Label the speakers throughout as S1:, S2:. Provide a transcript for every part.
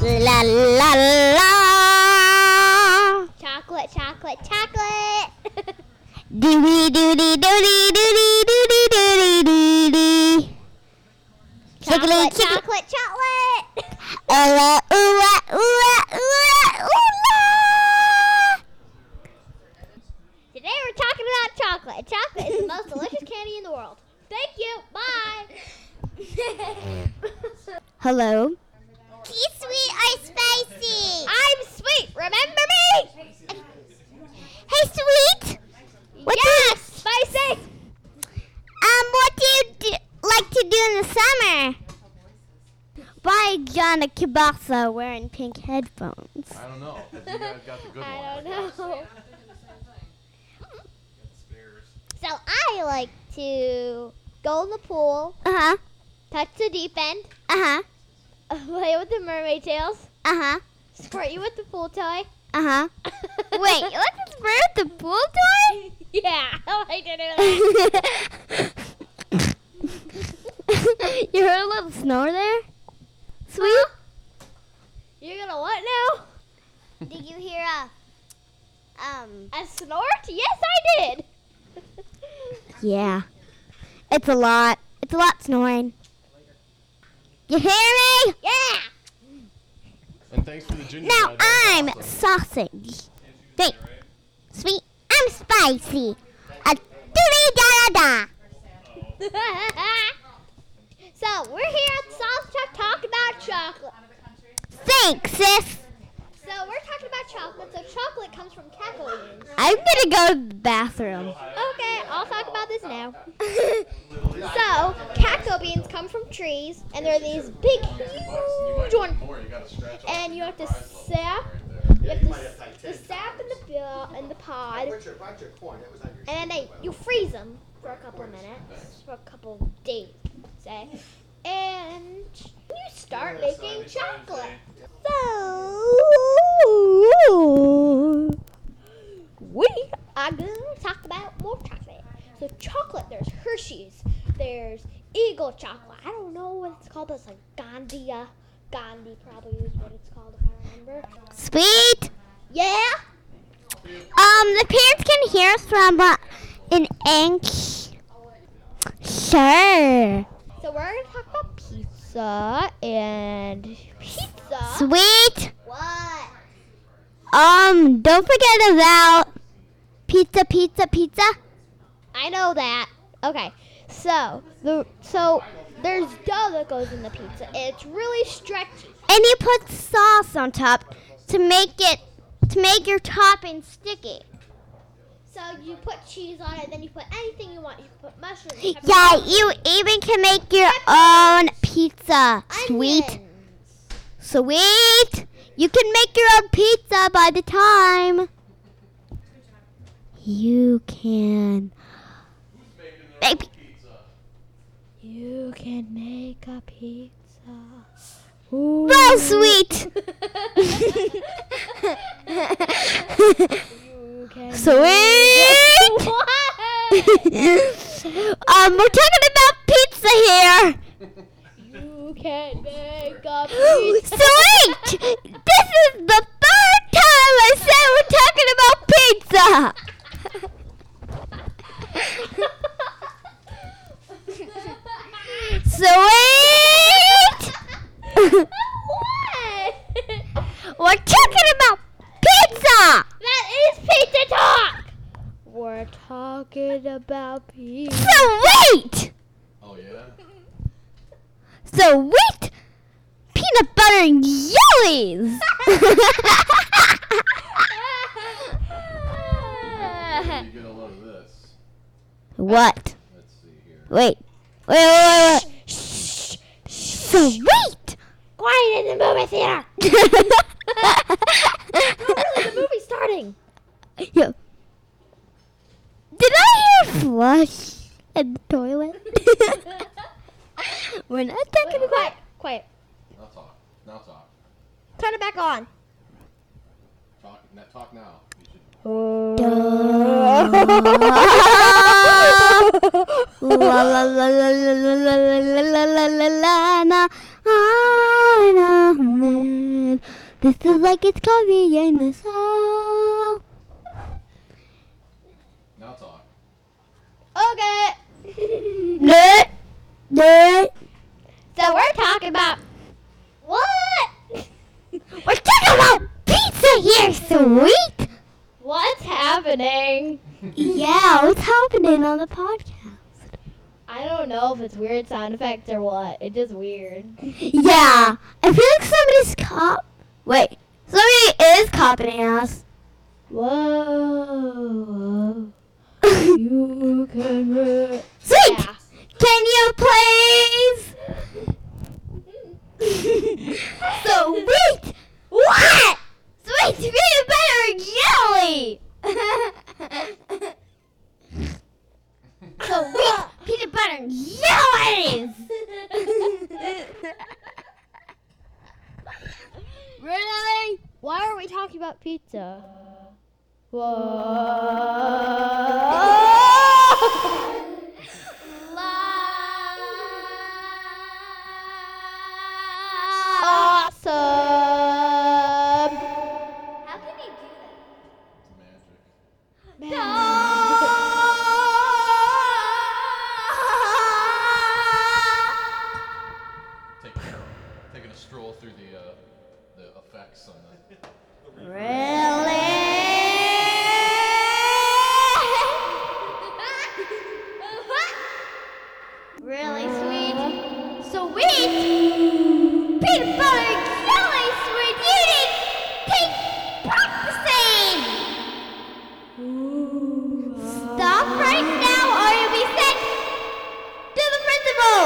S1: la la la.
S2: Chocolate, chocolate, chocolate.
S1: Doody doody doody doody doody doody doody. Chickadee,
S2: chocolate,
S1: chickadee.
S2: chocolate, chocolate.
S1: Ella, ooh, ah, ooh, ah, ooh, ah, ooh,
S2: Today we're talking about chocolate. Chocolate is the most delicious candy in the world. Thank you. Bye.
S1: ah. Hello.
S2: Tea sweet or spicy? I'm sweet. Remember me?
S1: Hey, sweet. What
S2: yes, spicy.
S1: Um, what do you do, like to do in the summer? Buy John a kielbasa wearing pink headphones.
S3: I don't know. If you guys got the good one.
S2: I don't know. So I like to go in the pool,
S1: Uh huh.
S2: touch the deep end,
S1: Uh huh.
S2: play with the mermaid tails,
S1: Uh huh.
S2: squirt you with the pool toy.
S1: Uh huh. Wait, you like to squirt with the pool toy?
S2: yeah, I like to do that.
S1: you heard a little snore there? Sweet?
S2: You're gonna what now?
S4: Did you hear a um?
S2: A snort? Yes, I did.
S1: Yeah. It's a lot. It's a lot snoring. You hear me?
S2: yeah.
S3: And thanks for the gingerbread.
S1: Now I'm sausage. Wait, sweet. I'm spicy. A doody da da da.
S2: so we're here at Soft Talk talk about chocolate.
S1: Thanks, sis.
S2: So we're talking about chocolate. So chocolate comes from cacao beans.
S1: I'm gonna go to the bathroom.
S2: Okay, I'll talk about this now. so cacao beans come from trees, and they're these big, huge ones.
S3: More, you gotta stretch all
S2: And you have to sap, you have to s- the sap in the bill in the pod,
S5: Where's your, where's your corn? That was on your
S2: and then they, you freeze them for a couple of minutes, for a couple of days, say, and you start making chocolate.
S1: So,
S2: we are going to talk about more chocolate. So chocolate, there's Hershey's, there's Eagle chocolate. I don't know what it's called, but it's like Gandia. Gandhi probably is what it's called if I remember.
S1: sweet.
S2: Yeah.
S1: Um, the parents can hear us from uh, an anch. Sure.
S2: So we're gonna talk about pizza and pizza.
S1: Sweet.
S2: What?
S1: Um, don't forget about pizza, pizza, pizza.
S2: I know that. Okay. So the so there's dough that goes in the pizza. It's really stretchy.
S1: and you put sauce on top to make it to make your topping sticky.
S2: So you put cheese on it, then you put anything you want. You put mushrooms.
S1: Yeah, you even can make your own pizza. Sweet,
S2: Onions.
S1: sweet. You can make your own pizza by the time you can. Make
S3: pizza.
S2: You can make a pizza.
S1: well, sweet,
S2: you can.
S1: sweet.
S2: What?
S1: um, we're talking about pizza here.
S2: you can make a pizza.
S1: Sweet! This is the third time I said we're talking about pizza! Sweet!
S2: what?
S1: we're talking about pizza!
S2: that is pizza talk. We're talking about pizza.
S1: Sweet!
S3: Oh yeah.
S1: Sweet! Peanut butter and jellies!
S3: You get a load of this.
S1: what?
S3: Let's see here.
S1: Wait. Wait, wait, wait, wait. Sweet!
S2: Quiet in the movie theater. Really, the movie's starting.
S1: Yo. Did I hear flush and toilet? We're not talking
S2: Wait,
S1: about.
S2: quiet, quiet.
S3: Now talk. Now talk.
S2: Turn it back on.
S3: Talk. Now, talk now. You should.
S1: la la la la la la la la la la la la la na, na, na, na, This is like it's coffee in the soul.
S6: Now talk.
S7: Okay.
S1: Nut, nut.
S7: so we're talking about what?
S1: We're talking about pizza here, sweet.
S7: What's happening?
S1: Yeah, what's happening on the podcast?
S7: I don't know if it's weird sound effects or what. It's just weird.
S1: Yeah, I feel like somebody's cop. Wait, somebody is copying us.
S7: Whoa.
S1: sweet,
S7: You can. Re- yeah.
S1: can you please? Sweet, what? Sweet, you better yelly. Sweet, peanut butter and yellies. really?
S7: Why are we talking about pizza? Awesome.
S2: How can he do that?
S6: It's magic. Taking, taking a stroll through the uh, the effects on the.
S2: Really sweet. Sweet? Peanut butter and jelly sweet. You didn't take practicing. Stop right now or you'll be sent to the principal.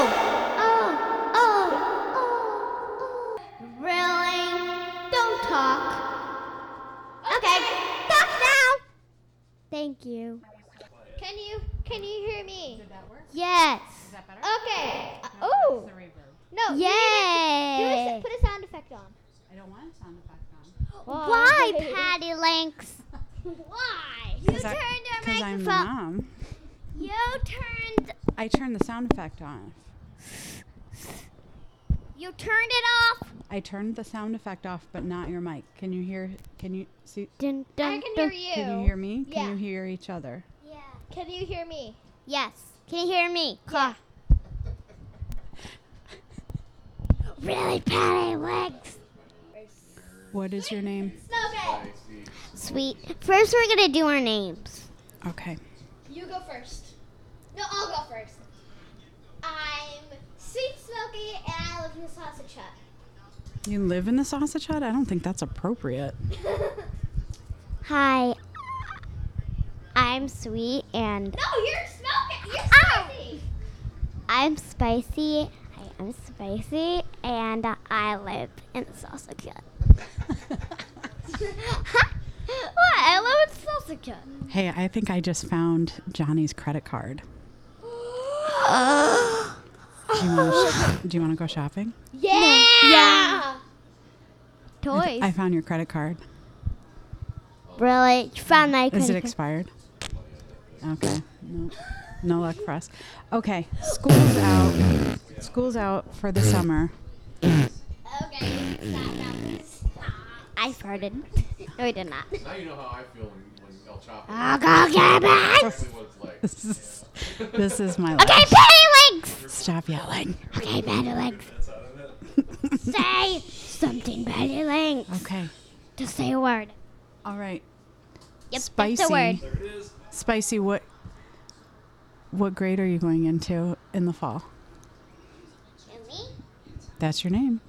S2: Oh, oh, oh, oh. Really? Don't talk. Okay, talk now.
S1: Thank you.
S2: Can you can you hear me?
S8: Did that work?
S1: Yes.
S8: Is that
S2: Oh.
S8: better?
S2: Okay.
S8: No, that's
S2: Oh.
S8: the reverb.
S2: No. you need to
S1: Yay.
S2: Put a sound effect on.
S8: I don't want a sound effect on.
S1: Why, Patty Lynx?
S2: Why? You turned your
S8: I'm
S2: microphone.
S8: mom.
S2: You turned.
S8: I turned the sound effect on.
S2: You turned it off.
S8: I turned the sound effect off, but not your mic. Can you hear? Can you see?
S1: Dun,
S2: I
S1: dun,
S2: can hear
S1: dun.
S2: you.
S8: Can you hear me?
S2: Yeah.
S8: Can you hear each other?
S2: Yeah.
S7: Can you hear me?
S1: Yes. Can you hear me? Claw. Really, Patty Lynx?
S8: What is your name?
S2: Smoke
S6: I see.
S1: Sweet. First, we're going to do our names.
S8: Okay.
S2: it. You go first. No, I'll go first. I'm Sweet Smoky, and I live in the sausage hut.
S8: You live in the sausage hut? I don't think that's appropriate.
S1: Hi. I'm sweet and
S2: No, Oh, you're smoking. You're spicy.
S1: I'm spicy. I am spicy and I live in the sausage hut. what? I live in the sausage hut.
S8: hey, I think I just found Johnny's credit card. do you want to do you want to go shopping?
S7: Yeah.
S1: Yeah.
S8: I
S1: Toys.
S8: th- I found your credit card.
S1: really? You found my
S8: Is
S1: credit
S8: it expired? Okay. No, no luck for us. Okay. School's out. School's out for the summer.
S2: Okay. you can stop now, please.
S1: card. I farted. No, I did not.
S6: Now you know how I feel when, when El Chapo.
S2: Ah.
S1: I'll Oh, go get back.
S6: Exactly what it's like.
S8: This is, this is my
S1: Okay,
S8: life.
S1: Patty Links.
S8: Stop yelling.
S1: Okay, Patty Links. Say something, Patty Links.
S8: Okay.
S1: Just say a word.
S8: All right.
S1: Yep,
S8: spicy.
S1: That's a word.
S8: Spicy. What? What grade are you going into in the fall?
S2: And me?
S8: That's your name.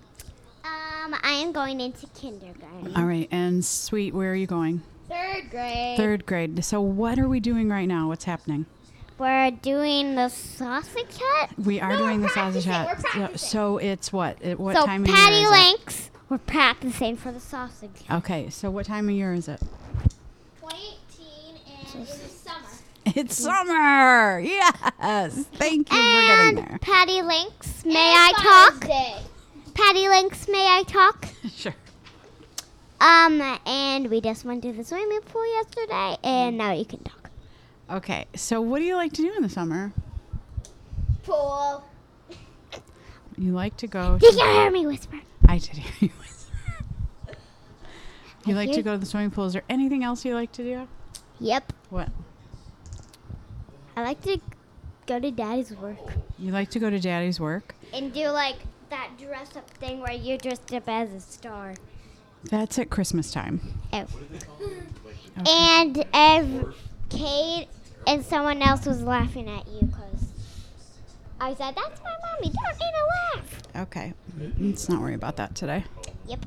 S1: Um, I am going into kindergarten.
S8: All right. And sweet, where are you going?
S7: Third grade.
S8: Third grade. So what are we doing right now? What's happening?
S1: We're doing the sausage hut.
S8: We are
S2: No,
S8: doing
S2: we're
S8: the sausage
S2: practicing, we're
S8: hat. So,
S2: practicing.
S8: so it's what? At what
S1: so
S8: time of year
S1: Patty
S8: is it?
S1: Links, we're practicing for the sausage hut.
S8: Okay, so what time of year is it?
S2: 2018 and it is summer.
S8: It's summer. Yes. Thank you for getting there.
S1: And Patty Links, may I
S2: And Father's
S1: talk?
S2: Day.
S1: Patty Links, may I talk?
S8: Sure.
S1: Um, and we just went to the swimming pool yesterday, and now you can talk.
S8: Okay. So what do you like to do in the summer?
S2: Pool.
S8: You like to go.
S1: Did
S8: To,
S1: you hear me whisper?
S8: I did hear you. whisper. You like to
S1: you-
S8: go to the swimming pool. Is there anything else you like to do?
S1: Yep.
S8: What?
S1: I like to go to daddy's work.
S8: You like to go to daddy's work?
S1: And do like that dress up thing where you dressed up as a star.
S8: That's at Christmas time.
S1: And ev- Kate and someone else was laughing at you because I said, That's my mommy. Don't need to laugh.
S8: Okay. Let's not worry about that today.
S1: Yep.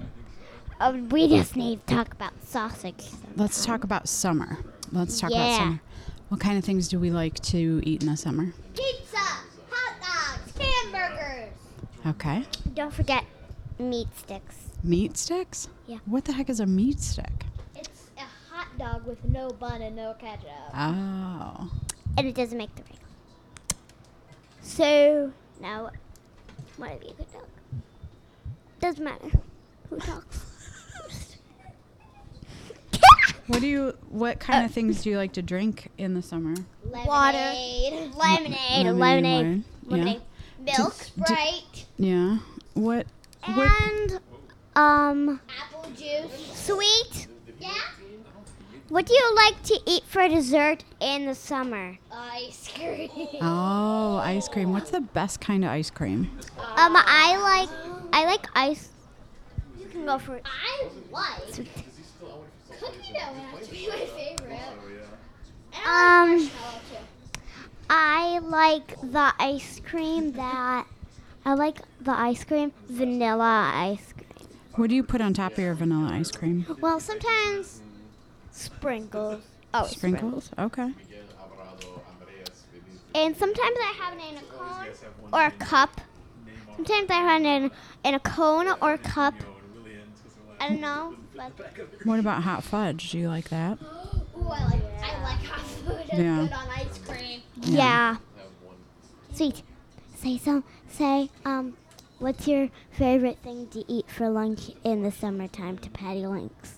S1: Uh, we just need to talk about sausage.
S8: Let's talk about summer. Let's talk about
S1: Yeah.
S8: summer. What kind of things do we like to eat in the summer?
S2: Pizza, hot dogs, hamburgers.
S8: Okay.
S1: Don't forget meat sticks.
S8: Meat sticks?
S1: Yeah.
S8: What the heck is a meat stick?
S2: It's a hot dog with no bun and no ketchup.
S8: Oh.
S1: And it doesn't make the ring. So now one of you could talk. Doesn't matter who talks.
S8: What do you what kind of things do you like to drink in the summer?
S1: Water.
S2: Lemonade,
S1: lemonade,
S8: Lemon and
S1: lemonade,
S8: wine?
S1: lemonade.
S2: milk,
S8: d-
S2: sprite,
S8: Yeah. Yeah. What what
S1: And um
S2: apple juice.
S1: sweet.
S2: Yeah.
S1: What do you like to eat for dessert in the summer?
S2: Ice cream.
S8: Oh, ice cream. What's the best kind of ice cream?
S1: Um I like I like ice you can go for it.
S2: I like cookie dough. Has to be my favorite.
S1: Um
S2: I love too.
S1: I like the ice cream that I like the ice cream vanilla ice cream.
S8: What do you put on top of your vanilla ice cream?
S1: Well, sometimes sprinkles. Oh,
S8: Sprinkles? Okay.
S1: And sometimes I have it in a cone or a cup. Sometimes I have it in, in a cone or a cup. I don't know. But
S8: What about hot fudge? Do you like that?
S2: Ooh, I like I like hot food. It's
S8: Yeah.
S2: good on ice cream.
S1: yeah. Sweet. Say some. Say um. What's your favorite thing to eat for lunch in the summertime to Patty Links?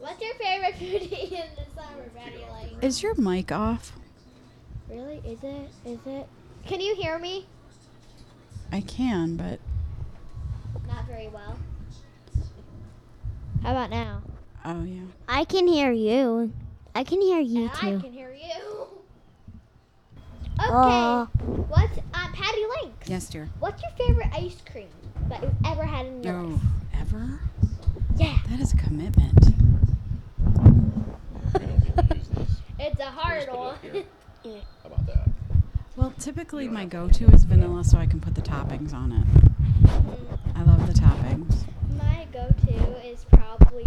S2: What's your favorite food to eat in the summer, Betty? Like,
S8: Is your mic off?
S2: really? Is it? Is it? Can you hear me?
S8: I can, but
S2: Not very well. How about now?
S8: oh yeah.
S1: I can hear you. I can hear you
S2: And I
S1: too.
S2: can hear you. Okay.
S1: Uh,
S2: What's uh, Patty Link?
S8: Yes, dear.
S2: What's your favorite ice cream that you've ever had in your life?
S8: No. Oh, Ever?
S2: Yeah.
S8: That is a commitment.
S2: It's a hard one.
S6: How about that?
S8: Well, typically my go-to is vanilla, so I can put the toppings on it. I love the toppings.
S2: My go-to is probably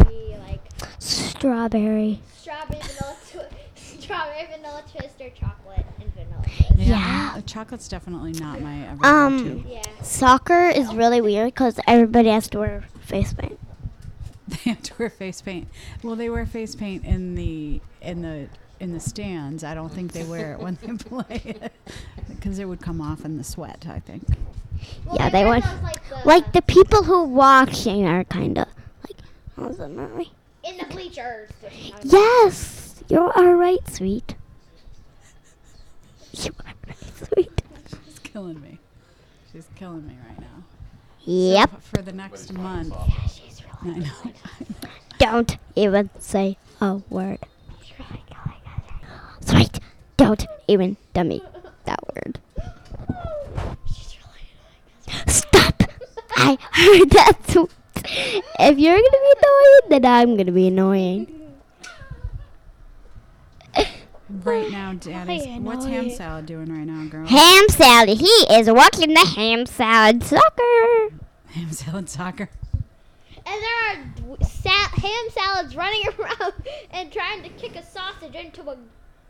S2: like
S1: Strawberry.
S2: strawberry vanilla, twi- strawberry vanilla twist or chocolate and vanilla twist.
S1: Yeah.
S8: uh, chocolate's definitely not my ever
S1: Um,
S8: go-to.
S2: Yeah.
S1: Soccer is really weird because everybody has to wear face paint.
S8: They have to wear face paint. Well, they wear face paint in the in the in the stands. I don't think they wear it when they play because it would come off in the sweat. I think.
S2: Well,
S1: yeah, they
S2: wear
S1: want-
S2: those, like the,
S1: Like the people who watching are kind of like, how's that movie?
S2: in the bleachers. which is not-
S1: Yes, you are right, sweet. You are right, sweet.
S8: She's killing me. She's killing me right now.
S1: Yep.
S8: But for the next month, I know.
S1: Don't even say a word. Sweet. Don't even dummy that word. Stop! I heard that. too. If you're gonna be annoying, then I'm gonna be annoying.
S8: Right now, Daddy's. What's ham salad doing right now, girl?
S1: Ham salad. He is watching the ham salad soccer.
S8: Ham salad soccer.
S2: And there are w- sa- ham salads running around and trying to kick a sausage into a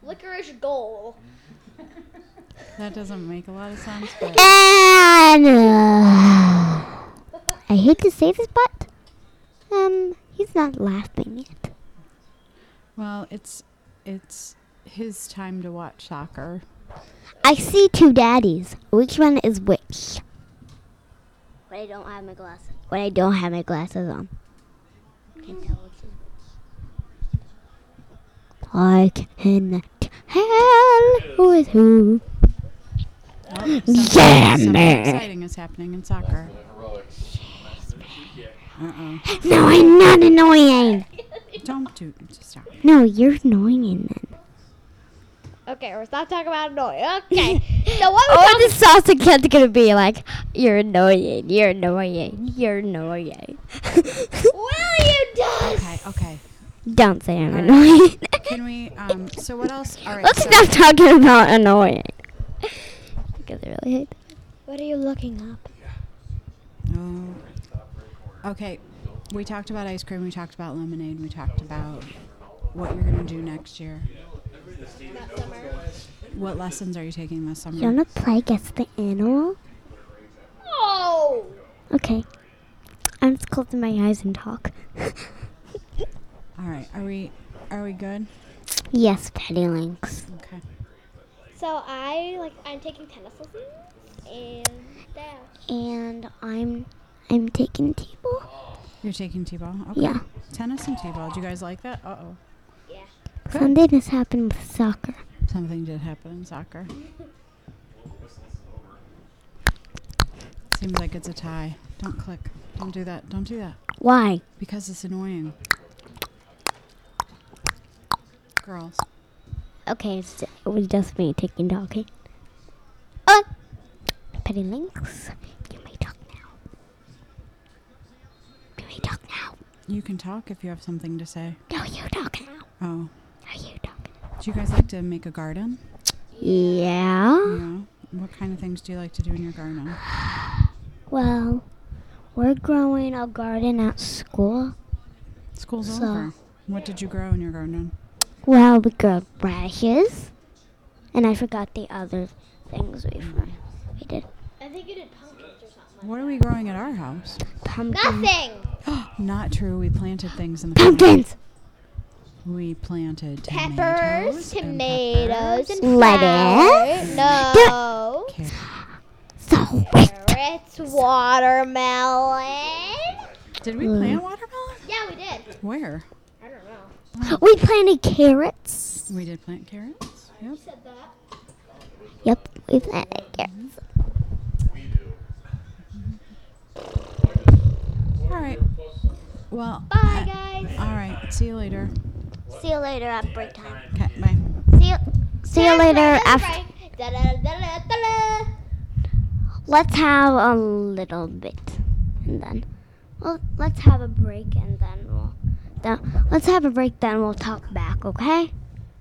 S2: licorice goal.
S8: That doesn't make a lot of sense, but
S1: And uh, I hate to say this, but um, he's not laughing yet.
S8: well, it's it's his time to watch soccer.
S1: I see two daddies. Which one is which? When I don't have my glasses. When I don't have my glasses on. I cannot tell who is who.
S8: Oh, something,
S1: Yeah,
S8: something
S1: man.
S8: exciting is happening in soccer.
S6: The heroics.
S8: Uh-uh.
S1: No, I'm not annoying.
S8: Don't do. Stop.
S1: No, you're annoying then.
S2: Okay, we're not talking about annoy. Okay. so what was
S1: Oh, the salsa kid's gonna be like, you're annoying, you're annoying, you're annoying.
S2: Will you does?
S8: Okay. Okay.
S1: Don't say I'm annoying.
S8: Can we? Um. So what else? All right.
S1: Let's
S8: so-
S1: stop talking about annoying. Because I really hate
S2: What are you looking up?
S8: Oh. Okay. We talked about ice cream. We talked about lemonade. We talked about what you're gonna do next year. What lessons are you taking this
S1: You
S8: summer?
S1: wanna play guess the animal?
S2: Oh.
S1: Okay. I'm just closing my eyes and talk.
S8: All right. Are we? Are we good?
S1: yes, Patty Lynx.
S8: Okay.
S2: So I like I'm taking tennis lessons and that.
S1: And I'm I'm taking table.
S8: You're taking t-ball. Okay.
S1: Yeah.
S8: Tennis and t-ball. Do you guys like that? Uh oh.
S1: Sunday this happened with soccer.
S8: Something did happen in soccer. Seems like it's a tie. Don't click. Don't do that. Don't do that.
S1: Why?
S8: Because it's annoying. Girls.
S1: Okay, it's, it was just me taking talking. Oh, Petty Lynx, you may talk now. You may talk now.
S8: You can talk if you have something to say.
S1: No, you talk now.
S8: Oh.
S1: No, you talk.
S8: Do you guys like to make a garden?
S1: Yeah.
S8: Yeah. What kind of things do you like to do in your garden?
S1: Well, we're growing a garden at school.
S8: School's
S1: So-
S8: over. What did you grow in your garden?
S1: Well, we grow radishes, and I forgot the other things we for- we did.
S9: I think you did pumpkins or something.
S8: What are we growing at our house?
S1: Pumpkins.
S9: Nothing.
S8: Not true. We planted things in the garden.
S1: Pumpkins.
S8: We planted
S2: Peppers,
S8: tomatoes
S2: tomatoes,
S8: and peppers.
S2: and
S1: Lettuce.
S2: no
S8: Okay.
S1: So wait.
S2: carrots, watermelon.
S8: Did we plant watermelon?
S9: Yeah, we did.
S8: Where?
S9: I don't know.
S1: We planted carrots.
S8: We did plant carrots. Yep.
S9: Said that.
S1: Yep, we planted carrots.
S8: All right. Well.
S9: Bye,
S8: I-
S9: guys.
S8: all right. See you later.
S1: See you later at break time.
S8: Okay. Bye.
S1: See you, see you later after.
S2: Da da da da da da.
S1: Let's have a little bit, and then, well, let's have a break, and then we'll, then, let's have a break, then we'll talk back, okay?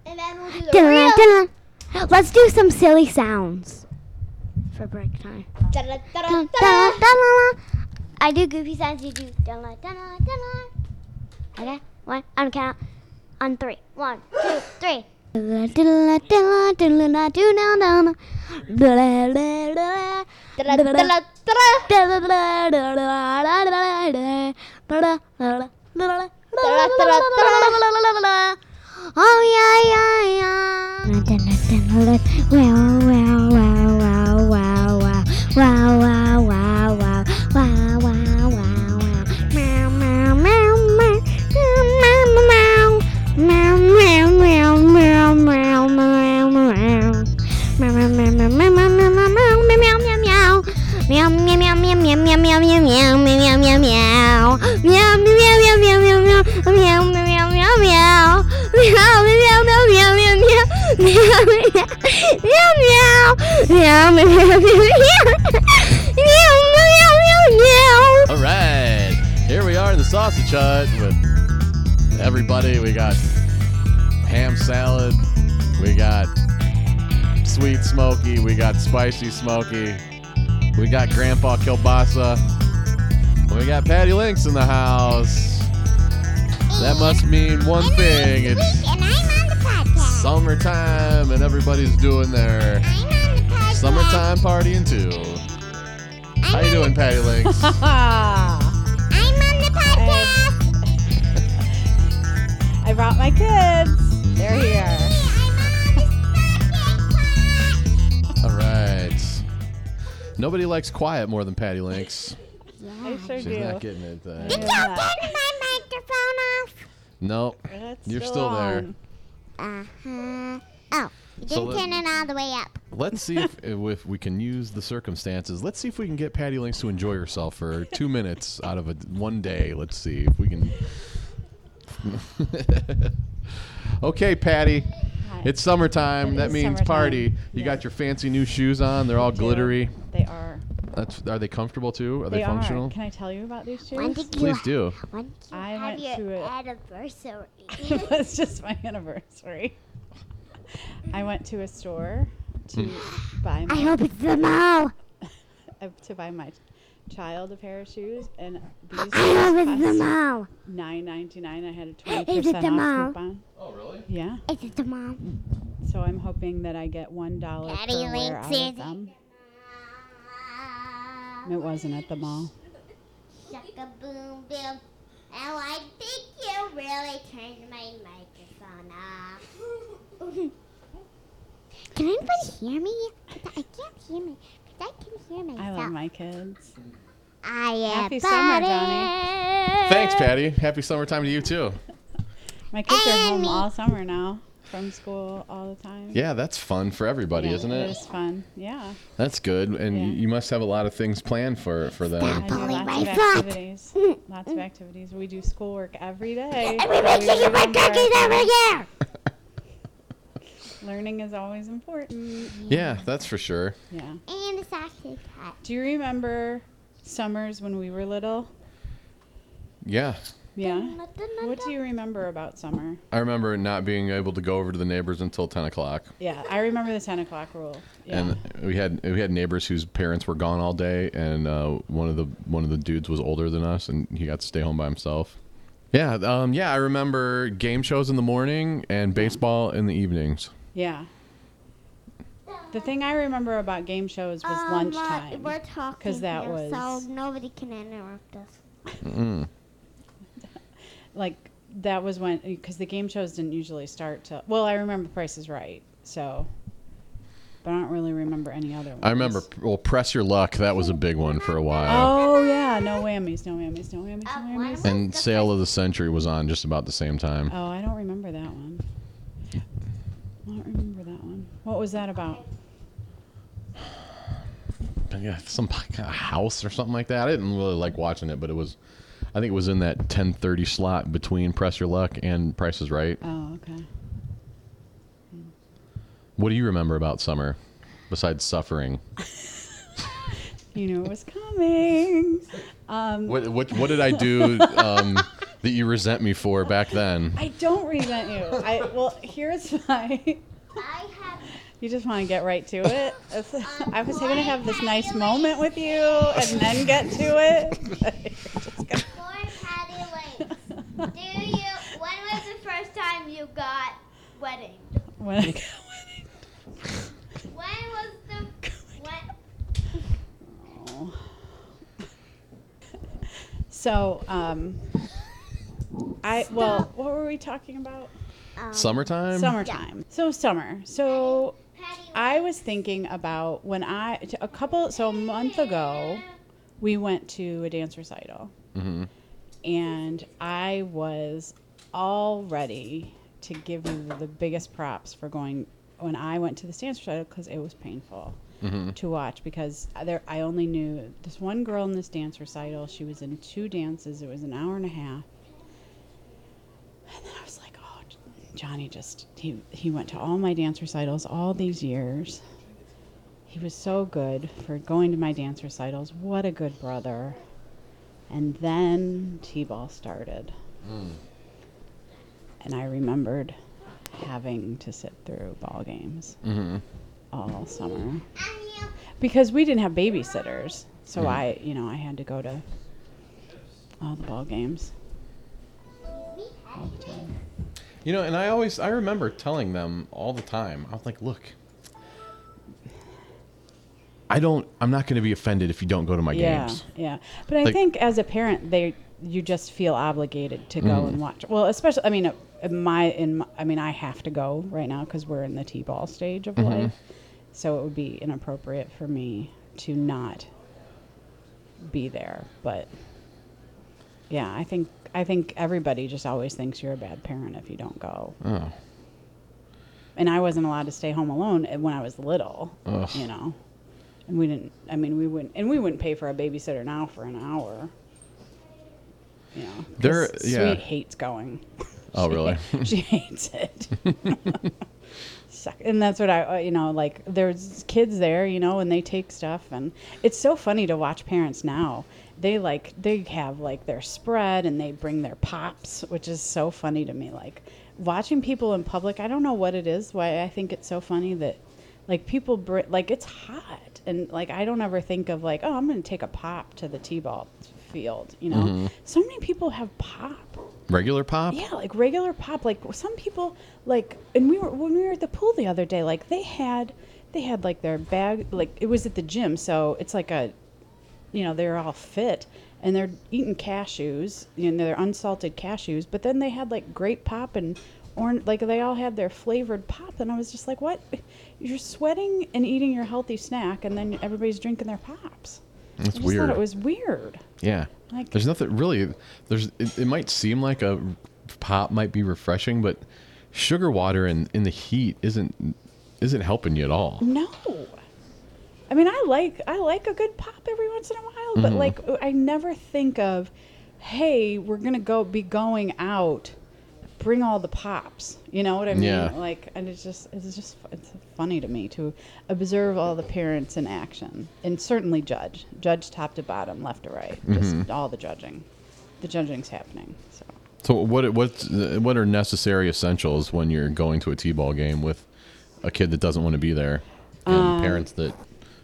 S2: And then we'll do the real.
S1: Dun-dun-dun. Let's do some silly sounds for break time.
S2: Da da da da da.
S1: Dun-dun-dun-dun. I do goofy sounds. You do. dun-dun-dun-dun. Okay. One. On count. On three. One, two, three.
S2: Da da da da da.
S1: Oh yeah, Oh, yeah, yeah. Wow, wow, wow, wow, wow, wow. Wow, wow, wow, wow. Wow, wow, wow, wow. Meow, meow, meow, meow. Meow, meow, meow. Meow, meow, meow, meow, meow, meow. Meow, meow, meow, meow, meow, meow, meow, meow, meow, meow, meow. Meow, meow, meow, meow, meow, meow, meow, meow, meow, meow, meow, meow, meow. Meow, meow, meow, meow, meow, meow, meow, meow, meow, meow, meow. Meow, meow, meow, meow, meow, meow. Meow, meow. Meow, meow. Meow, meow, meow, meow. Meow, meow, meow, meow.
S6: All right, here we are in the sausage hut with everybody. We got ham salad, we got sweet smoky, we got spicy smoky, we got Grandpa Kilbasa, and we got Patty Links in the house. That must mean one thing: it's
S1: And I'm on the podcast.
S6: summertime, and everybody's doing their
S1: I'm on the podcast.
S6: summertime partying too. How you doing, Patty Links?
S8: I
S1: I'm on the podcast.
S8: brought my kids. They're here.
S6: All right. Nobody likes quiet more than Patty Links.
S8: I sure
S6: She's not getting it. uh,
S1: I'm getting my microphone off.
S6: No, you're still there.
S1: Uh huh. Oh, you
S6: So
S1: didn't
S6: let-
S1: turn it all the way up.
S6: let's see if, if we can use the circumstances. Let's see if we can get Patty Links to enjoy herself for two minutes out of a, one day. Let's see if we can. okay, Patty. It's summertime.
S8: It
S6: that
S8: is
S6: means
S8: summertime.
S6: party. You
S8: Yeah.
S6: got your fancy new shoes on. They're all
S8: They do.
S6: glittery.
S8: They are.
S6: That's, are they comfortable too? Are they,
S8: They, are.
S6: functional?
S8: Can I tell you about these
S1: When
S8: shoes?
S1: did you,
S6: Please do.
S1: when did you
S8: I
S1: have
S8: went
S1: your
S8: to a-
S1: anniversary?
S8: it was just my anniversary. I went to a store to
S6: Hmm.
S8: buy
S1: I
S8: my
S1: hope it's the mall.
S8: uh, to buy my child a pair of shoes, and these
S1: I hope it's the
S8: cost
S1: mall.
S8: nine ninety nine. I had a
S1: Is it
S8: twenty percent
S1: the
S8: off
S1: mall?
S8: coupon.
S3: Oh, really?
S8: Yeah,
S1: Is it the mall?
S8: so I'm hoping that I get one dollar per
S1: Daddy
S8: wear
S1: Lynx
S8: out
S1: is-
S8: of them. It wasn't at the mall.
S1: Shaka boom boom. Oh, I think you really turned my microphone off. can anybody hear me? 'Cause I can't hear me. 'cause I can hear myself.
S8: I love my kids.
S1: I am
S8: Happy summer, Johnny.
S6: Thanks, Patty. Happy summertime to you too.
S8: My kids are home
S1: Annie.
S8: all summer now, from school all the time.
S6: Yeah, that's fun for everybody,
S8: Yeah,
S6: isn't it?
S8: It is fun. Yeah.
S6: That's good. And
S8: Yeah.
S6: you- you must have a lot of things planned for for
S8: I
S6: them.
S8: do
S1: Polly
S8: lots of
S1: Rice up.
S8: activities.
S1: Mm-hmm.
S8: Lots of activities. We do schoolwork every day.
S1: And we
S8: so
S1: make chicken fried
S8: remember
S1: cookies every year.
S8: Learning is always important.
S6: Yeah, that's for sure.
S8: Yeah.
S1: And the sausage hut.
S8: Do you remember summers when we were little?
S6: Yeah.
S8: Yeah. What do you remember about summer?
S6: I remember not being able to go over to the neighbors until 10 o'clock.
S8: Yeah, I remember the 10 o'clock rule. Yeah.
S6: And we had we had neighbors whose parents were gone all day, and uh, one of the one of the dudes was older than us, and he got to stay home by himself. Yeah, um, yeah, I remember game shows in the morning and baseball in the evenings.
S8: yeah. The thing I remember about game shows was lunchtime.
S1: Um, we're talking
S8: 'cause that
S1: here,
S8: was-
S1: so nobody can interrupt us.
S8: like that was when because the game shows didn't usually start till well i remember price is right so but i don't really remember any other ones
S6: I remember, uh, well, press your luck. That was a big one for a while.
S8: oh yeah no whammies no whammies no whammies no whammies
S6: And Sale of the Century was on just about the same time.
S8: oh i don't remember that one i don't remember that one what was that about
S6: yeah, some kind of house or something like that. I didn't really like watching it, but it was, I think it was in that 10:30 slot between Press Your Luck and Price is Right.
S8: oh okay
S6: What do you remember about summer, besides suffering?
S8: you knew it was coming Um,
S6: What what what did I do um, that you resent me for back then?
S8: i don't resent you i well here's my
S1: I have
S8: You just want to get right to it. It's- I was going to have this nice moment with you and then get to it. You're just gonna-
S1: more patty links. Do you? When was the first time you got wedding?
S8: When I go-
S1: When was the when?
S8: so, um, I well, what were we talking about? Um,
S6: Summertime.
S8: Summertime. So summer. So I was thinking about when I t- a couple so a month ago we went to a dance recital. And I was all ready to give you the biggest props for going when I went to the dance recital because it was painful to watch because there I only knew this one girl in this dance recital. She was in two dances. It was an hour and a half. And then I was like, oh, Johnny just, he, he went to all my dance recitals all these years. He was so good for going to my dance recitals. What a good brother. And then T ball started. And I remembered having to sit through ball games all summer because we didn't have babysitters. So I, you know, I had to go to all the ball games.
S6: You know, and I always I remember telling them all the time. I was like, look. I don't. I'm not going to be offended if you don't go to my
S8: yeah,
S6: games.
S8: Yeah, but I
S6: Like-
S8: think as a parent, they you just feel obligated to go
S6: Mm.
S8: and watch. Well, especially I mean, uh, in my in my, I mean, I have to go right now because we're in the t-ball stage of
S6: Mm-hmm.
S8: life, so it would be inappropriate for me to not be there. But yeah, I think I think everybody just always thinks you're a bad parent if you don't go.
S6: Oh.
S8: and I wasn't allowed to stay home alone eh, when I was little.
S6: Ugh.
S8: You know, and we didn't. I mean, we wouldn't, and we wouldn't pay for a babysitter now for an hour. You know, 'cause
S6: There- yeah.
S8: Sweet hates going.
S6: Oh, really?
S8: she hates it. Suck. And that's what I, uh, you know, like there's kids there, you know, and they take stuff, and it's so funny to watch parents now. They like they have like their spread, and they bring their pops, which is so funny to me. Like watching people in public, I don't know what it is. Why I think it's so funny that like people br- like it's hot, and like I don't ever think of like oh I'm gonna take a pop to the t-ball field, you know. So many people have pop.
S6: Regular pop?
S8: Yeah, like regular pop. Like some people, like, and we were when we were at the pool the other day. Like they had, they had like their bag. Like it was at the gym, so it's like a, you know, they're all fit and they're eating cashews. You know, they're unsalted cashews. But then they had like grape pop and orange. Like they all had their flavored pop, and I was just like, what? You're sweating and eating your healthy snack, and then everybody's drinking their pops.
S6: That's
S8: I just
S6: weird.
S8: Thought it was weird.
S6: Yeah.
S8: Like-
S6: there's nothing really. There's it, it might seem like a pop might be refreshing, but sugar water in in the heat isn't isn't helping you at all.
S8: No. I mean, I like I like a good pop every once in a while, but like I never think of, hey, we're gonna go be going out, bring all the pops. You know what I mean?
S6: Yeah.
S8: Like, and it's just it's just it's funny to me to observe all the parents in action, and certainly judge, judge top to bottom, left to right, just all the judging, the judging's happening. So
S6: So what what what are necessary essentials when you're going to a t-ball game with a kid that doesn't want to be there and
S8: Um,
S6: parents that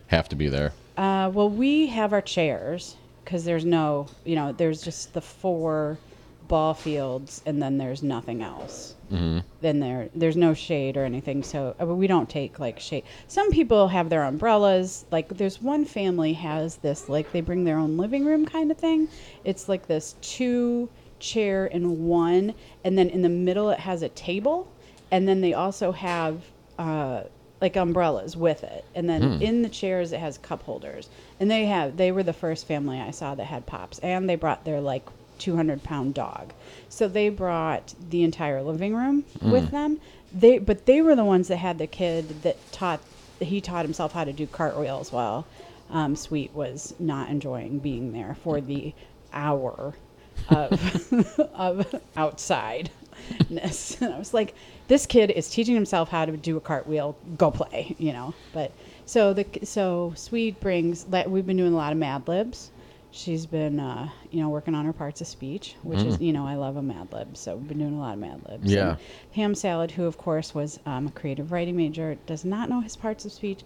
S6: have to be there?
S8: Uh, well, we have our chairs because there's no, you know, there's just the four ball fields, and then there's nothing else. Mm-hmm. Then there, there's no shade or anything. So uh, we don't take like shade. Some people have their umbrellas. Like there's one family has this, like they bring their own living room kind of thing. It's like this two chair and one, and then in the middle it has a table, and then they also have. Uh, like umbrellas with it and then in the chairs it has cup holders and they have they were the first family i saw that had pops and they brought their like 200 pound dog so they brought the entire living room with them they but they were the ones that had the kid that taught he taught himself how to do cartwheels while um, sweet was not enjoying being there for the hour of, of outsideness. And I was like, this kid is teaching himself how to do a cartwheel. Go play, you know. But so the so Swede brings. That we've been doing a lot of Mad Libs. She's been, uh, you know, working on her parts of speech, which is, you know, I love a Mad Lib. So we've been doing a lot of Mad Libs. And
S6: Yeah.
S8: Ham Salad, who of course was um, a creative writing major, does not know his parts of speech,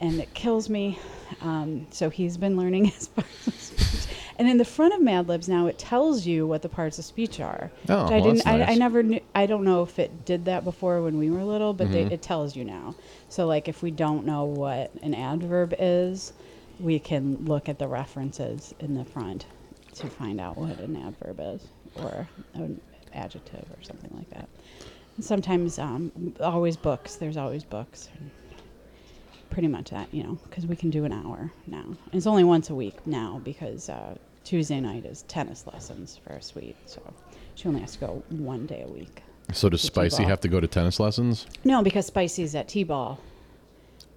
S8: and it kills me. Um, so he's been learning his parts of speech. And in the front of Mad Libs now, it tells you what the parts of speech are.
S6: Oh,
S8: which I
S6: well,
S8: didn't.
S6: that's
S8: I, I
S6: nice.
S8: never knew. I don't know if it did that before when we were little, but they, it tells you now. So like, if we don't know what an adverb is, we can look at the references in the front to find out what an adverb is or an adjective or something like that. And sometimes, um, always books. There's always books. And pretty much that, you know, because we can do an hour now. And it's only once a week now because uh, Tuesday night is tennis lessons for a suite. So she only has to go one day a week.
S6: So does
S8: The
S6: Spicy
S8: T-ball.
S6: have to go to tennis lessons?
S8: No, because Spicy's at T-ball.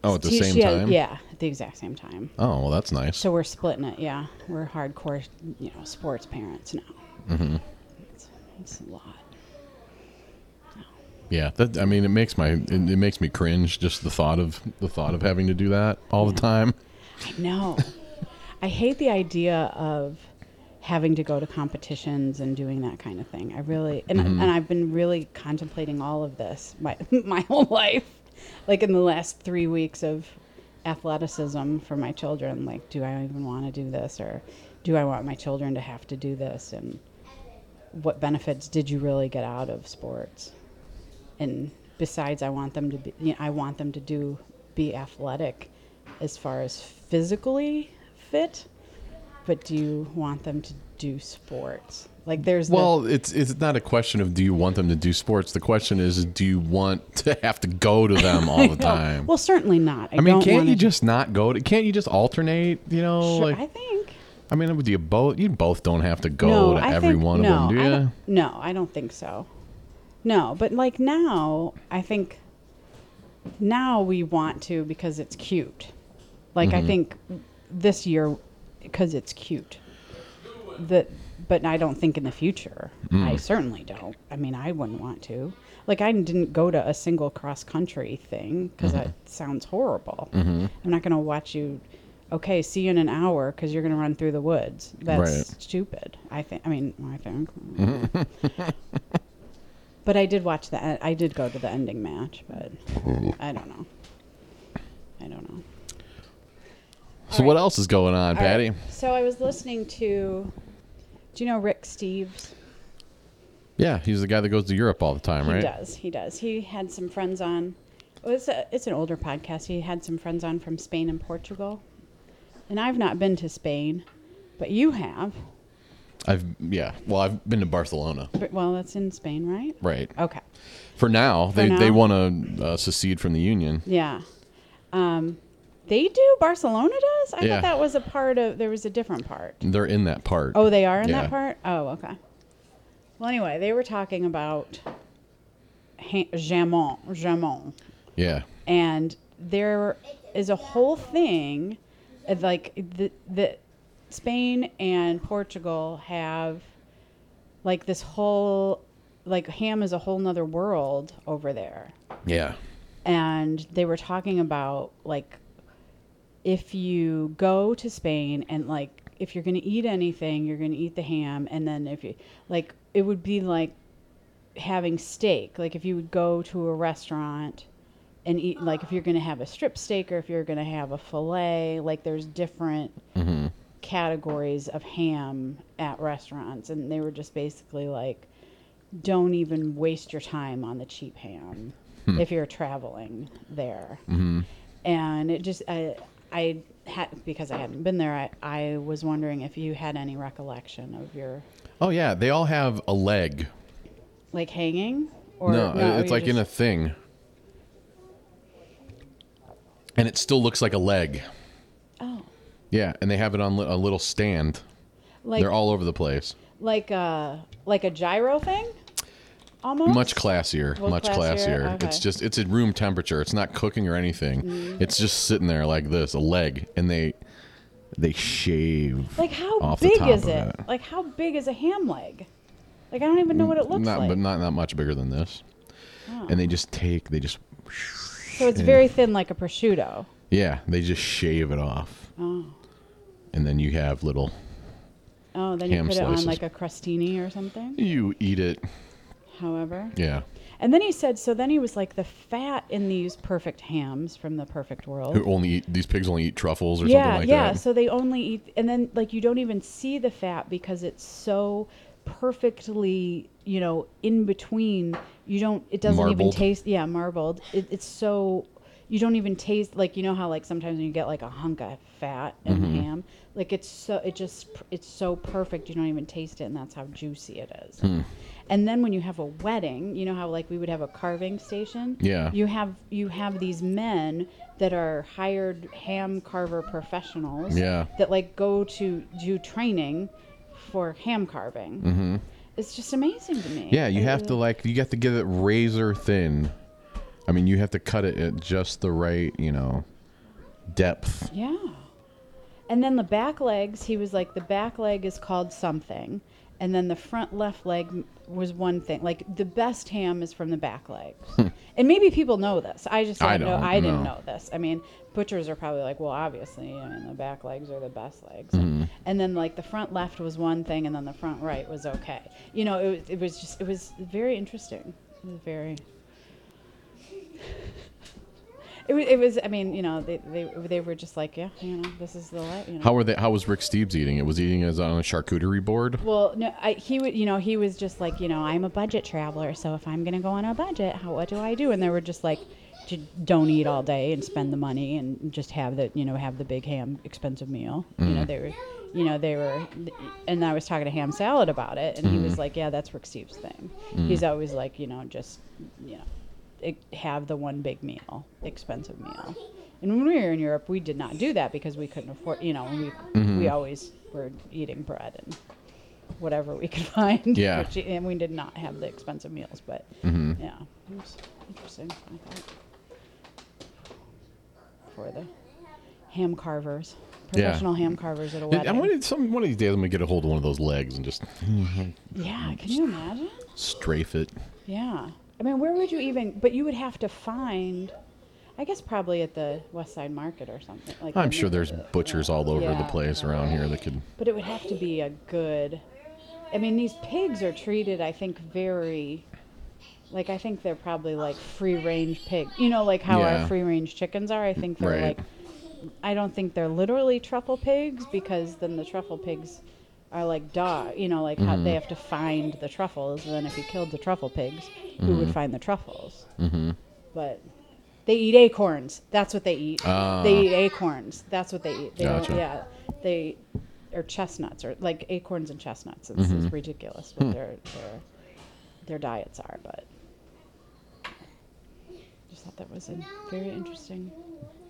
S6: Oh, at the
S8: She-
S6: same
S8: she had-
S6: time.
S8: yeah, at the exact same time.
S6: Oh, well, that's nice.
S8: So we're splitting it. Yeah, we're hardcore, you know, sports parents now. Mm-hmm. It's, it's a lot.
S6: Yeah, that I mean, it makes my it, it makes me cringe just the thought of the thought of having to do that all
S8: Mm.
S6: the time.
S8: No. I hate the idea of having to go to competitions and doing that kind of thing. I really and and I've been really contemplating all of this my my whole life. Like in the last 3 weeks of athleticism for my children, like do I even want to do this or do I want my children to have to do this and what benefits did you really get out of sports? and besides i want them to be you know, i want them to do be athletic as far as physically fit but do you want them to do sports like there's the-
S6: Well, it's it's not a question of do you want them to do sports. The question is, do you want to have to go to them all the time?
S8: well certainly not i,
S6: I mean,
S8: don't
S6: can't
S8: wanna-
S6: you just not go to? Can't you just alternate? You know,
S8: Sure,
S6: like
S8: i
S6: I,
S8: think
S6: mean, would you both? You both don't have to go
S8: no
S6: to
S8: i
S6: every
S8: think
S6: one
S8: no,
S6: of them, do
S8: I
S6: you?
S8: don't- no i don't think so no but like now i think now we want to because it's cute. Like I think this year because it's cute. That but I don't think in the future. I certainly don't. I mean, I wouldn't want to. Like I didn't go to a single cross country thing because that sounds horrible. I'm not going to watch you okay, see you in an hour because you're going to run through the woods. That's
S6: Right.
S8: stupid. I think I mean, I think. But I did watch the. en- I did go to the ending match, but I don't know. I don't know.
S6: So what else is going on, Patty?
S8: So I was listening to. Do you know Rick Steves?
S6: Yeah, he's the guy that goes to Europe all the time,
S8: He
S6: right?
S8: does. He does. He had some friends on. It was a, it's an older podcast. He had some friends on from Spain and Portugal, and I've not been to Spain, but you have.
S6: I've yeah. Well, I've been to Barcelona,
S8: But, well, that's in Spain, right?
S6: right?
S8: Okay.
S6: For now, they they
S8: Oh. now.
S6: want to uh, secede from the union.
S8: Yeah. Um, they do. Barcelona does. I
S6: Yeah.
S8: thought that was a part of. There was a different part.
S6: They're in that part.
S8: Oh, they are in
S6: Yeah.
S8: that part? Oh, okay. Well, anyway, they were talking about ha- jamon, jamon.
S6: yeah.
S8: And there is a whole thing uh, like the, the Spain and Portugal have like this whole like ham is a whole nother world over there
S6: Yeah.
S8: and they were talking about like if you go to Spain and like if you're going to eat anything, you're going to eat the ham and then if you like it would be like having steak. Like if you would go to a restaurant and eat like if you're going to have a strip steak or if you're going to have a fillet, like there's different categories of ham at restaurants and they were just basically like don't even waste your time on the cheap ham
S6: Hmm.
S8: if you're traveling there.
S6: Mm-hmm.
S8: And it just, I, I had, because I hadn't been there, I, I was wondering if you had any recollection of your,
S6: Oh yeah, they all have a leg.
S8: like hanging? Or
S6: no, it's
S8: you
S6: like in a
S8: just-
S6: thing. And it still looks like a leg.
S8: Oh.
S6: Yeah, and they have it on li- a little stand.
S8: like,
S6: They're all over the place.
S8: like a, like a gyro thing? Almost?
S6: Much classier,
S8: Well,
S6: much classier.
S8: classier,
S6: It's
S8: okay. Mm.
S6: just it's at room temperature. It's not cooking or anything. It's just sitting there like this, a leg, and they they shave.
S8: Like how
S6: off the
S8: big
S6: top
S8: is
S6: of
S8: it?
S6: it.
S8: Like how big is a ham leg? Like I don't even know what it looks
S6: Mm, not,
S8: like.
S6: but not not much bigger than this. And they just take, they just
S8: so it's very thin, like a prosciutto.
S6: yeah, they just shave it off. And then you have little.
S8: Oh, then
S6: Ham
S8: you put it
S6: slices.
S8: on like a crostini or something.
S6: You eat it.
S8: However,
S6: Yeah.
S8: And then he said, so then he was like, the fat in these perfect hams from the perfect world.
S6: Who only eat these pigs only eat truffles or
S8: yeah,
S6: something like
S8: yeah.
S6: that.
S8: So they only eat, and then like you don't even see the fat because it's so perfectly, you know, in between. You don't, it doesn't even
S6: Marbled.
S8: taste, yeah, marbled. It, it's so, you don't even taste, like, you know how like sometimes when you get like a hunk of fat and
S6: Mm-hmm.
S8: ham, like it's so, it just, it's so perfect. You don't even taste it, and that's how juicy it is.
S6: Hmm.
S8: And then when you have a wedding, you know how like we would have a carving station.
S6: Yeah.
S8: You have you have these men that are hired ham carver professionals.
S6: Yeah.
S8: That like go to do training for ham carving. Mm-hmm. It's just amazing to me.
S6: Yeah, you have to like you have to get it razor thin. I mean, you have to cut it at just the right, you know, depth.
S8: Yeah. And then the back legs, he was like, the back leg is called something. And then the front left leg m- was one thing. Like the best ham is from the back legs. and maybe people know this. I just
S6: Hmm. I
S8: don't know.
S6: don't
S8: I didn't
S6: know.
S8: know this. I mean, butchers are probably like, well, obviously, I mean, the back legs are the best legs.
S6: Hmm.
S8: And then like the front left was one thing, and then the front right was okay. You know, it, was- it was just, it was very interesting. It was very. It was, it was. I mean, you know, they, they they were just like, yeah, you know, this is the light. You know.
S6: How were they? How was Rick Steves eating it? Was he eating it on a charcuterie board?
S8: Well, no, I, he would, you know, he was just like, you know, I'm a budget traveler, so if I'm gonna go on a budget, how what do I do? And they were just like, "J- don't eat all day and spend the money and just have the, you know, have the big ham expensive meal. You know, they were, you know, they were, and I was talking to Ham Salad about it, and he was like, yeah, that's Rick Steves' thing. He's always like, you know, just, you know, it, have the one big meal, expensive meal. And when we were in Europe, we did not do that because we couldn't afford, you know, we
S6: Mm-hmm.
S8: we always were eating bread and whatever we could find.
S6: Yeah. Mm-hmm.
S8: which- and we did not have the expensive meals, but yeah, it was interesting. I thought. for the ham carvers, professional ham carvers at a
S6: And- And
S8: wedding.
S6: when did some one of these days I'm gonna get a hold of one of those legs and just
S8: yeah, can you imagine?
S6: strafe it.
S8: Yeah. I mean, where would you even? But you would have to find. I guess probably at the West Side Market or something. Like
S6: I'm
S8: the
S6: sure
S8: Nick-
S6: there's butchers all over the
S8: Yeah.
S6: place around here that could.
S8: But it would have to be a good. I mean, these pigs are treated, I think, very. Like, I think they're probably like free range pig. You know, like how
S6: Yeah.
S8: our free range chickens are? I think they're
S6: Right.
S8: like. I don't think they're literally truffle pigs because then the truffle pigs are like dog. You know, like how
S6: Mm-hmm.
S8: they have to find the truffles. And then if you killed the truffle pigs, who
S6: Mm-hmm.
S8: would find the truffles? Mm-hmm. But. They eat acorns. That's what they eat.
S6: Ah.
S8: They eat acorns. That's what they eat. They
S6: Gotcha.
S8: don't, yeah, they or chestnuts or like acorns and chestnuts. It's,
S6: Mm-hmm.
S8: it's ridiculous
S6: Hmm.
S8: what their their their diets are, but just thought that was a very interesting.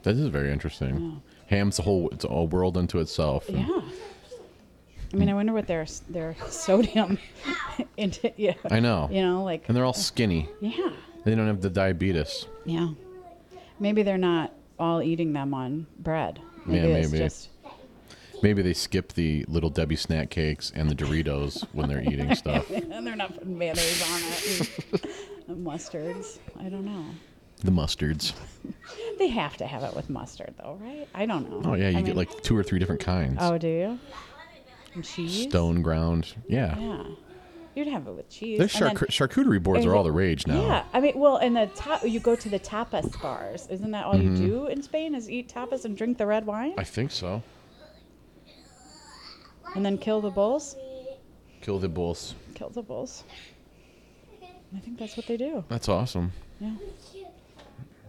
S6: That is very interesting. Ham's a whole it's a whole world unto itself. and-
S8: Yeah. I mean, I wonder what their s- their sodium into yeah.
S6: I know.
S8: You know, like
S6: And they're all skinny.
S8: yeah,
S6: They don't have the diabetes.
S8: yeah. Maybe they're not all eating them on bread. Maybe
S6: Yeah,
S8: it's
S6: maybe.
S8: just
S6: Maybe they skip the little Debbie snack cakes and the Doritos when they're eating stuff.
S8: and they're not putting mayonnaise on it and mustards. I don't know.
S6: The mustards.
S8: They have to have it with mustard, though, right? I don't know.
S6: Oh yeah, you
S8: I
S6: get
S8: mean-
S6: like two or three different kinds.
S8: Oh, do you? And cheese.
S6: Stone ground. Yeah.
S8: Yeah, you'd have it with cheese.
S6: Their
S8: And then-
S6: charcu- charcuterie boards
S8: and
S6: are all
S8: the-
S6: the rage now.
S8: Yeah, I mean, well, and the top you go to the tapas bars. Isn't that all you do in Spain? Is eat tapas and drink the red wine,
S6: Mm-hmm. I think so.
S8: and then kill the bulls?
S6: Kill the bulls.
S8: Kill the bulls. I think that's what they do.
S6: That's awesome.
S8: Yeah.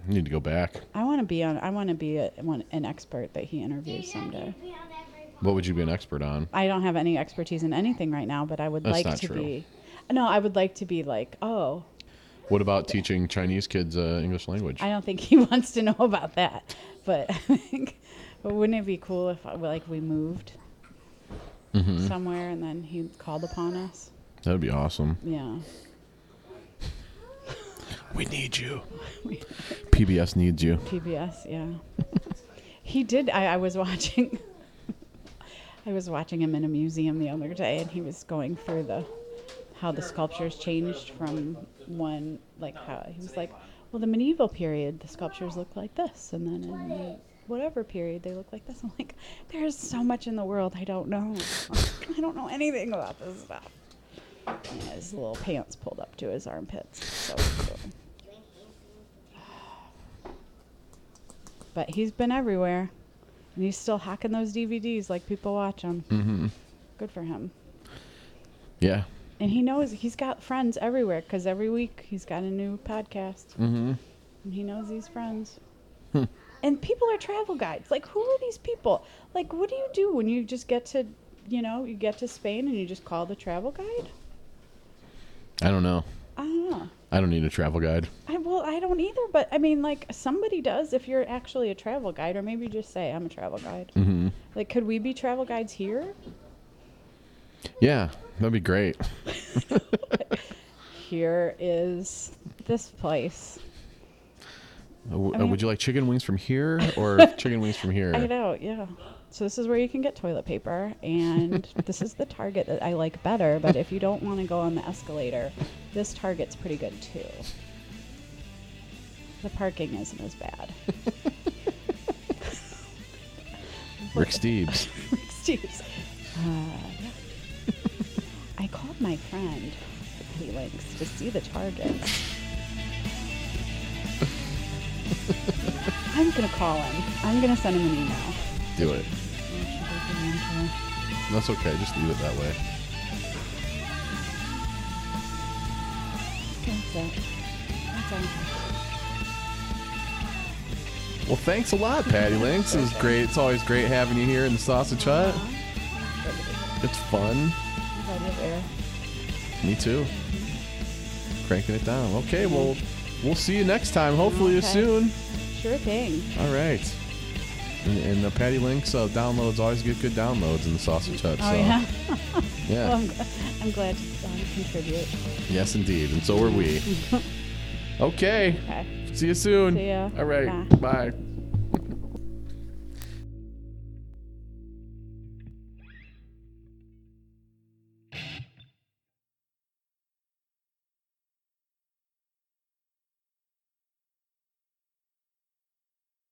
S6: I need to go back.
S8: I want to be on. I want to be a, one, an expert that he interviews someday.
S6: What would you be an expert on?
S8: I don't have any expertise in anything right now, but I would
S6: That's
S8: like
S6: not
S8: to
S6: true.
S8: be. No, I would like to be like, oh,
S6: What about teaching Chinese kids uh, English language?
S8: I don't think he wants to know about that. But I think, but wouldn't it be cool if uh, like we moved
S6: Mm-hmm.
S8: somewhere and then he called upon us?
S6: That would be awesome.
S8: Yeah.
S6: We need you. PBS needs you.
S8: PBS, yeah. he did. I, I was watching. I was watching him in a museum the other day, and he was going through the how the sculptures changed from one like how he was like, well, the medieval period the sculptures look like this, and then in the whatever period they look like this. I'm like, there's so much in the world I don't know. I don't know anything about this stuff. And his little pants pulled up to his armpits. So cool. But he's been everywhere, and he's still hacking those DVDs like people watch them. Mm-hmm. Good for him.
S6: Yeah.
S8: And he knows he's got friends everywhere because every week he's got a new podcast, mm-hmm. Hmm. and he knows these friends. and people are travel guides. Like, who are these people? Like, what do you do when you just get to, you know, you get to Spain and you just call the travel guide?
S6: I don't know.
S8: I don't know.
S6: I don't need a travel guide.
S8: I well, I don't either. But I mean, like somebody does if you're actually a travel guide, or maybe just say I'm a travel guide. Mm-hmm. Like, could we be travel guides here?
S6: Yeah, that'd be great.
S8: Here is this place.
S6: Uh, w- uh,
S8: mean-
S6: would you like chicken wings from here or chicken wings from here?
S8: I know, yeah. So this is where you can get toilet paper, and this is the Target that I like better. But if you don't want to go on the escalator, this Target's pretty good too. The parking isn't as bad.
S6: Rick Steves.
S8: Steve's. Uh, yeah. I called my friend Petty Links to see the target. I'm gonna call him. I'm gonna send him an email.
S6: Do it. That's okay. Just leave it that way.
S8: That's it. That's all.
S6: Well, thanks a lot, Patty Links. It was great. It's always great having you here in the Sausage Hut. It's fun.
S8: Right there.
S6: Me too. Cranking it down. Okay, well, we'll see you next time. Hopefully,
S8: Okay.
S6: soon.
S8: Sure thing.
S6: All right. And, and the Patty Links uh, downloads always get good downloads in the Sausage Hut.
S8: Oh
S6: so,
S8: yeah.
S6: yeah.
S8: Well, I'm, gl- I'm glad to um, contribute.
S6: Yes, indeed. And so are we. okay.
S8: Okay.
S6: See you soon.
S8: See ya.
S6: All right. Bye.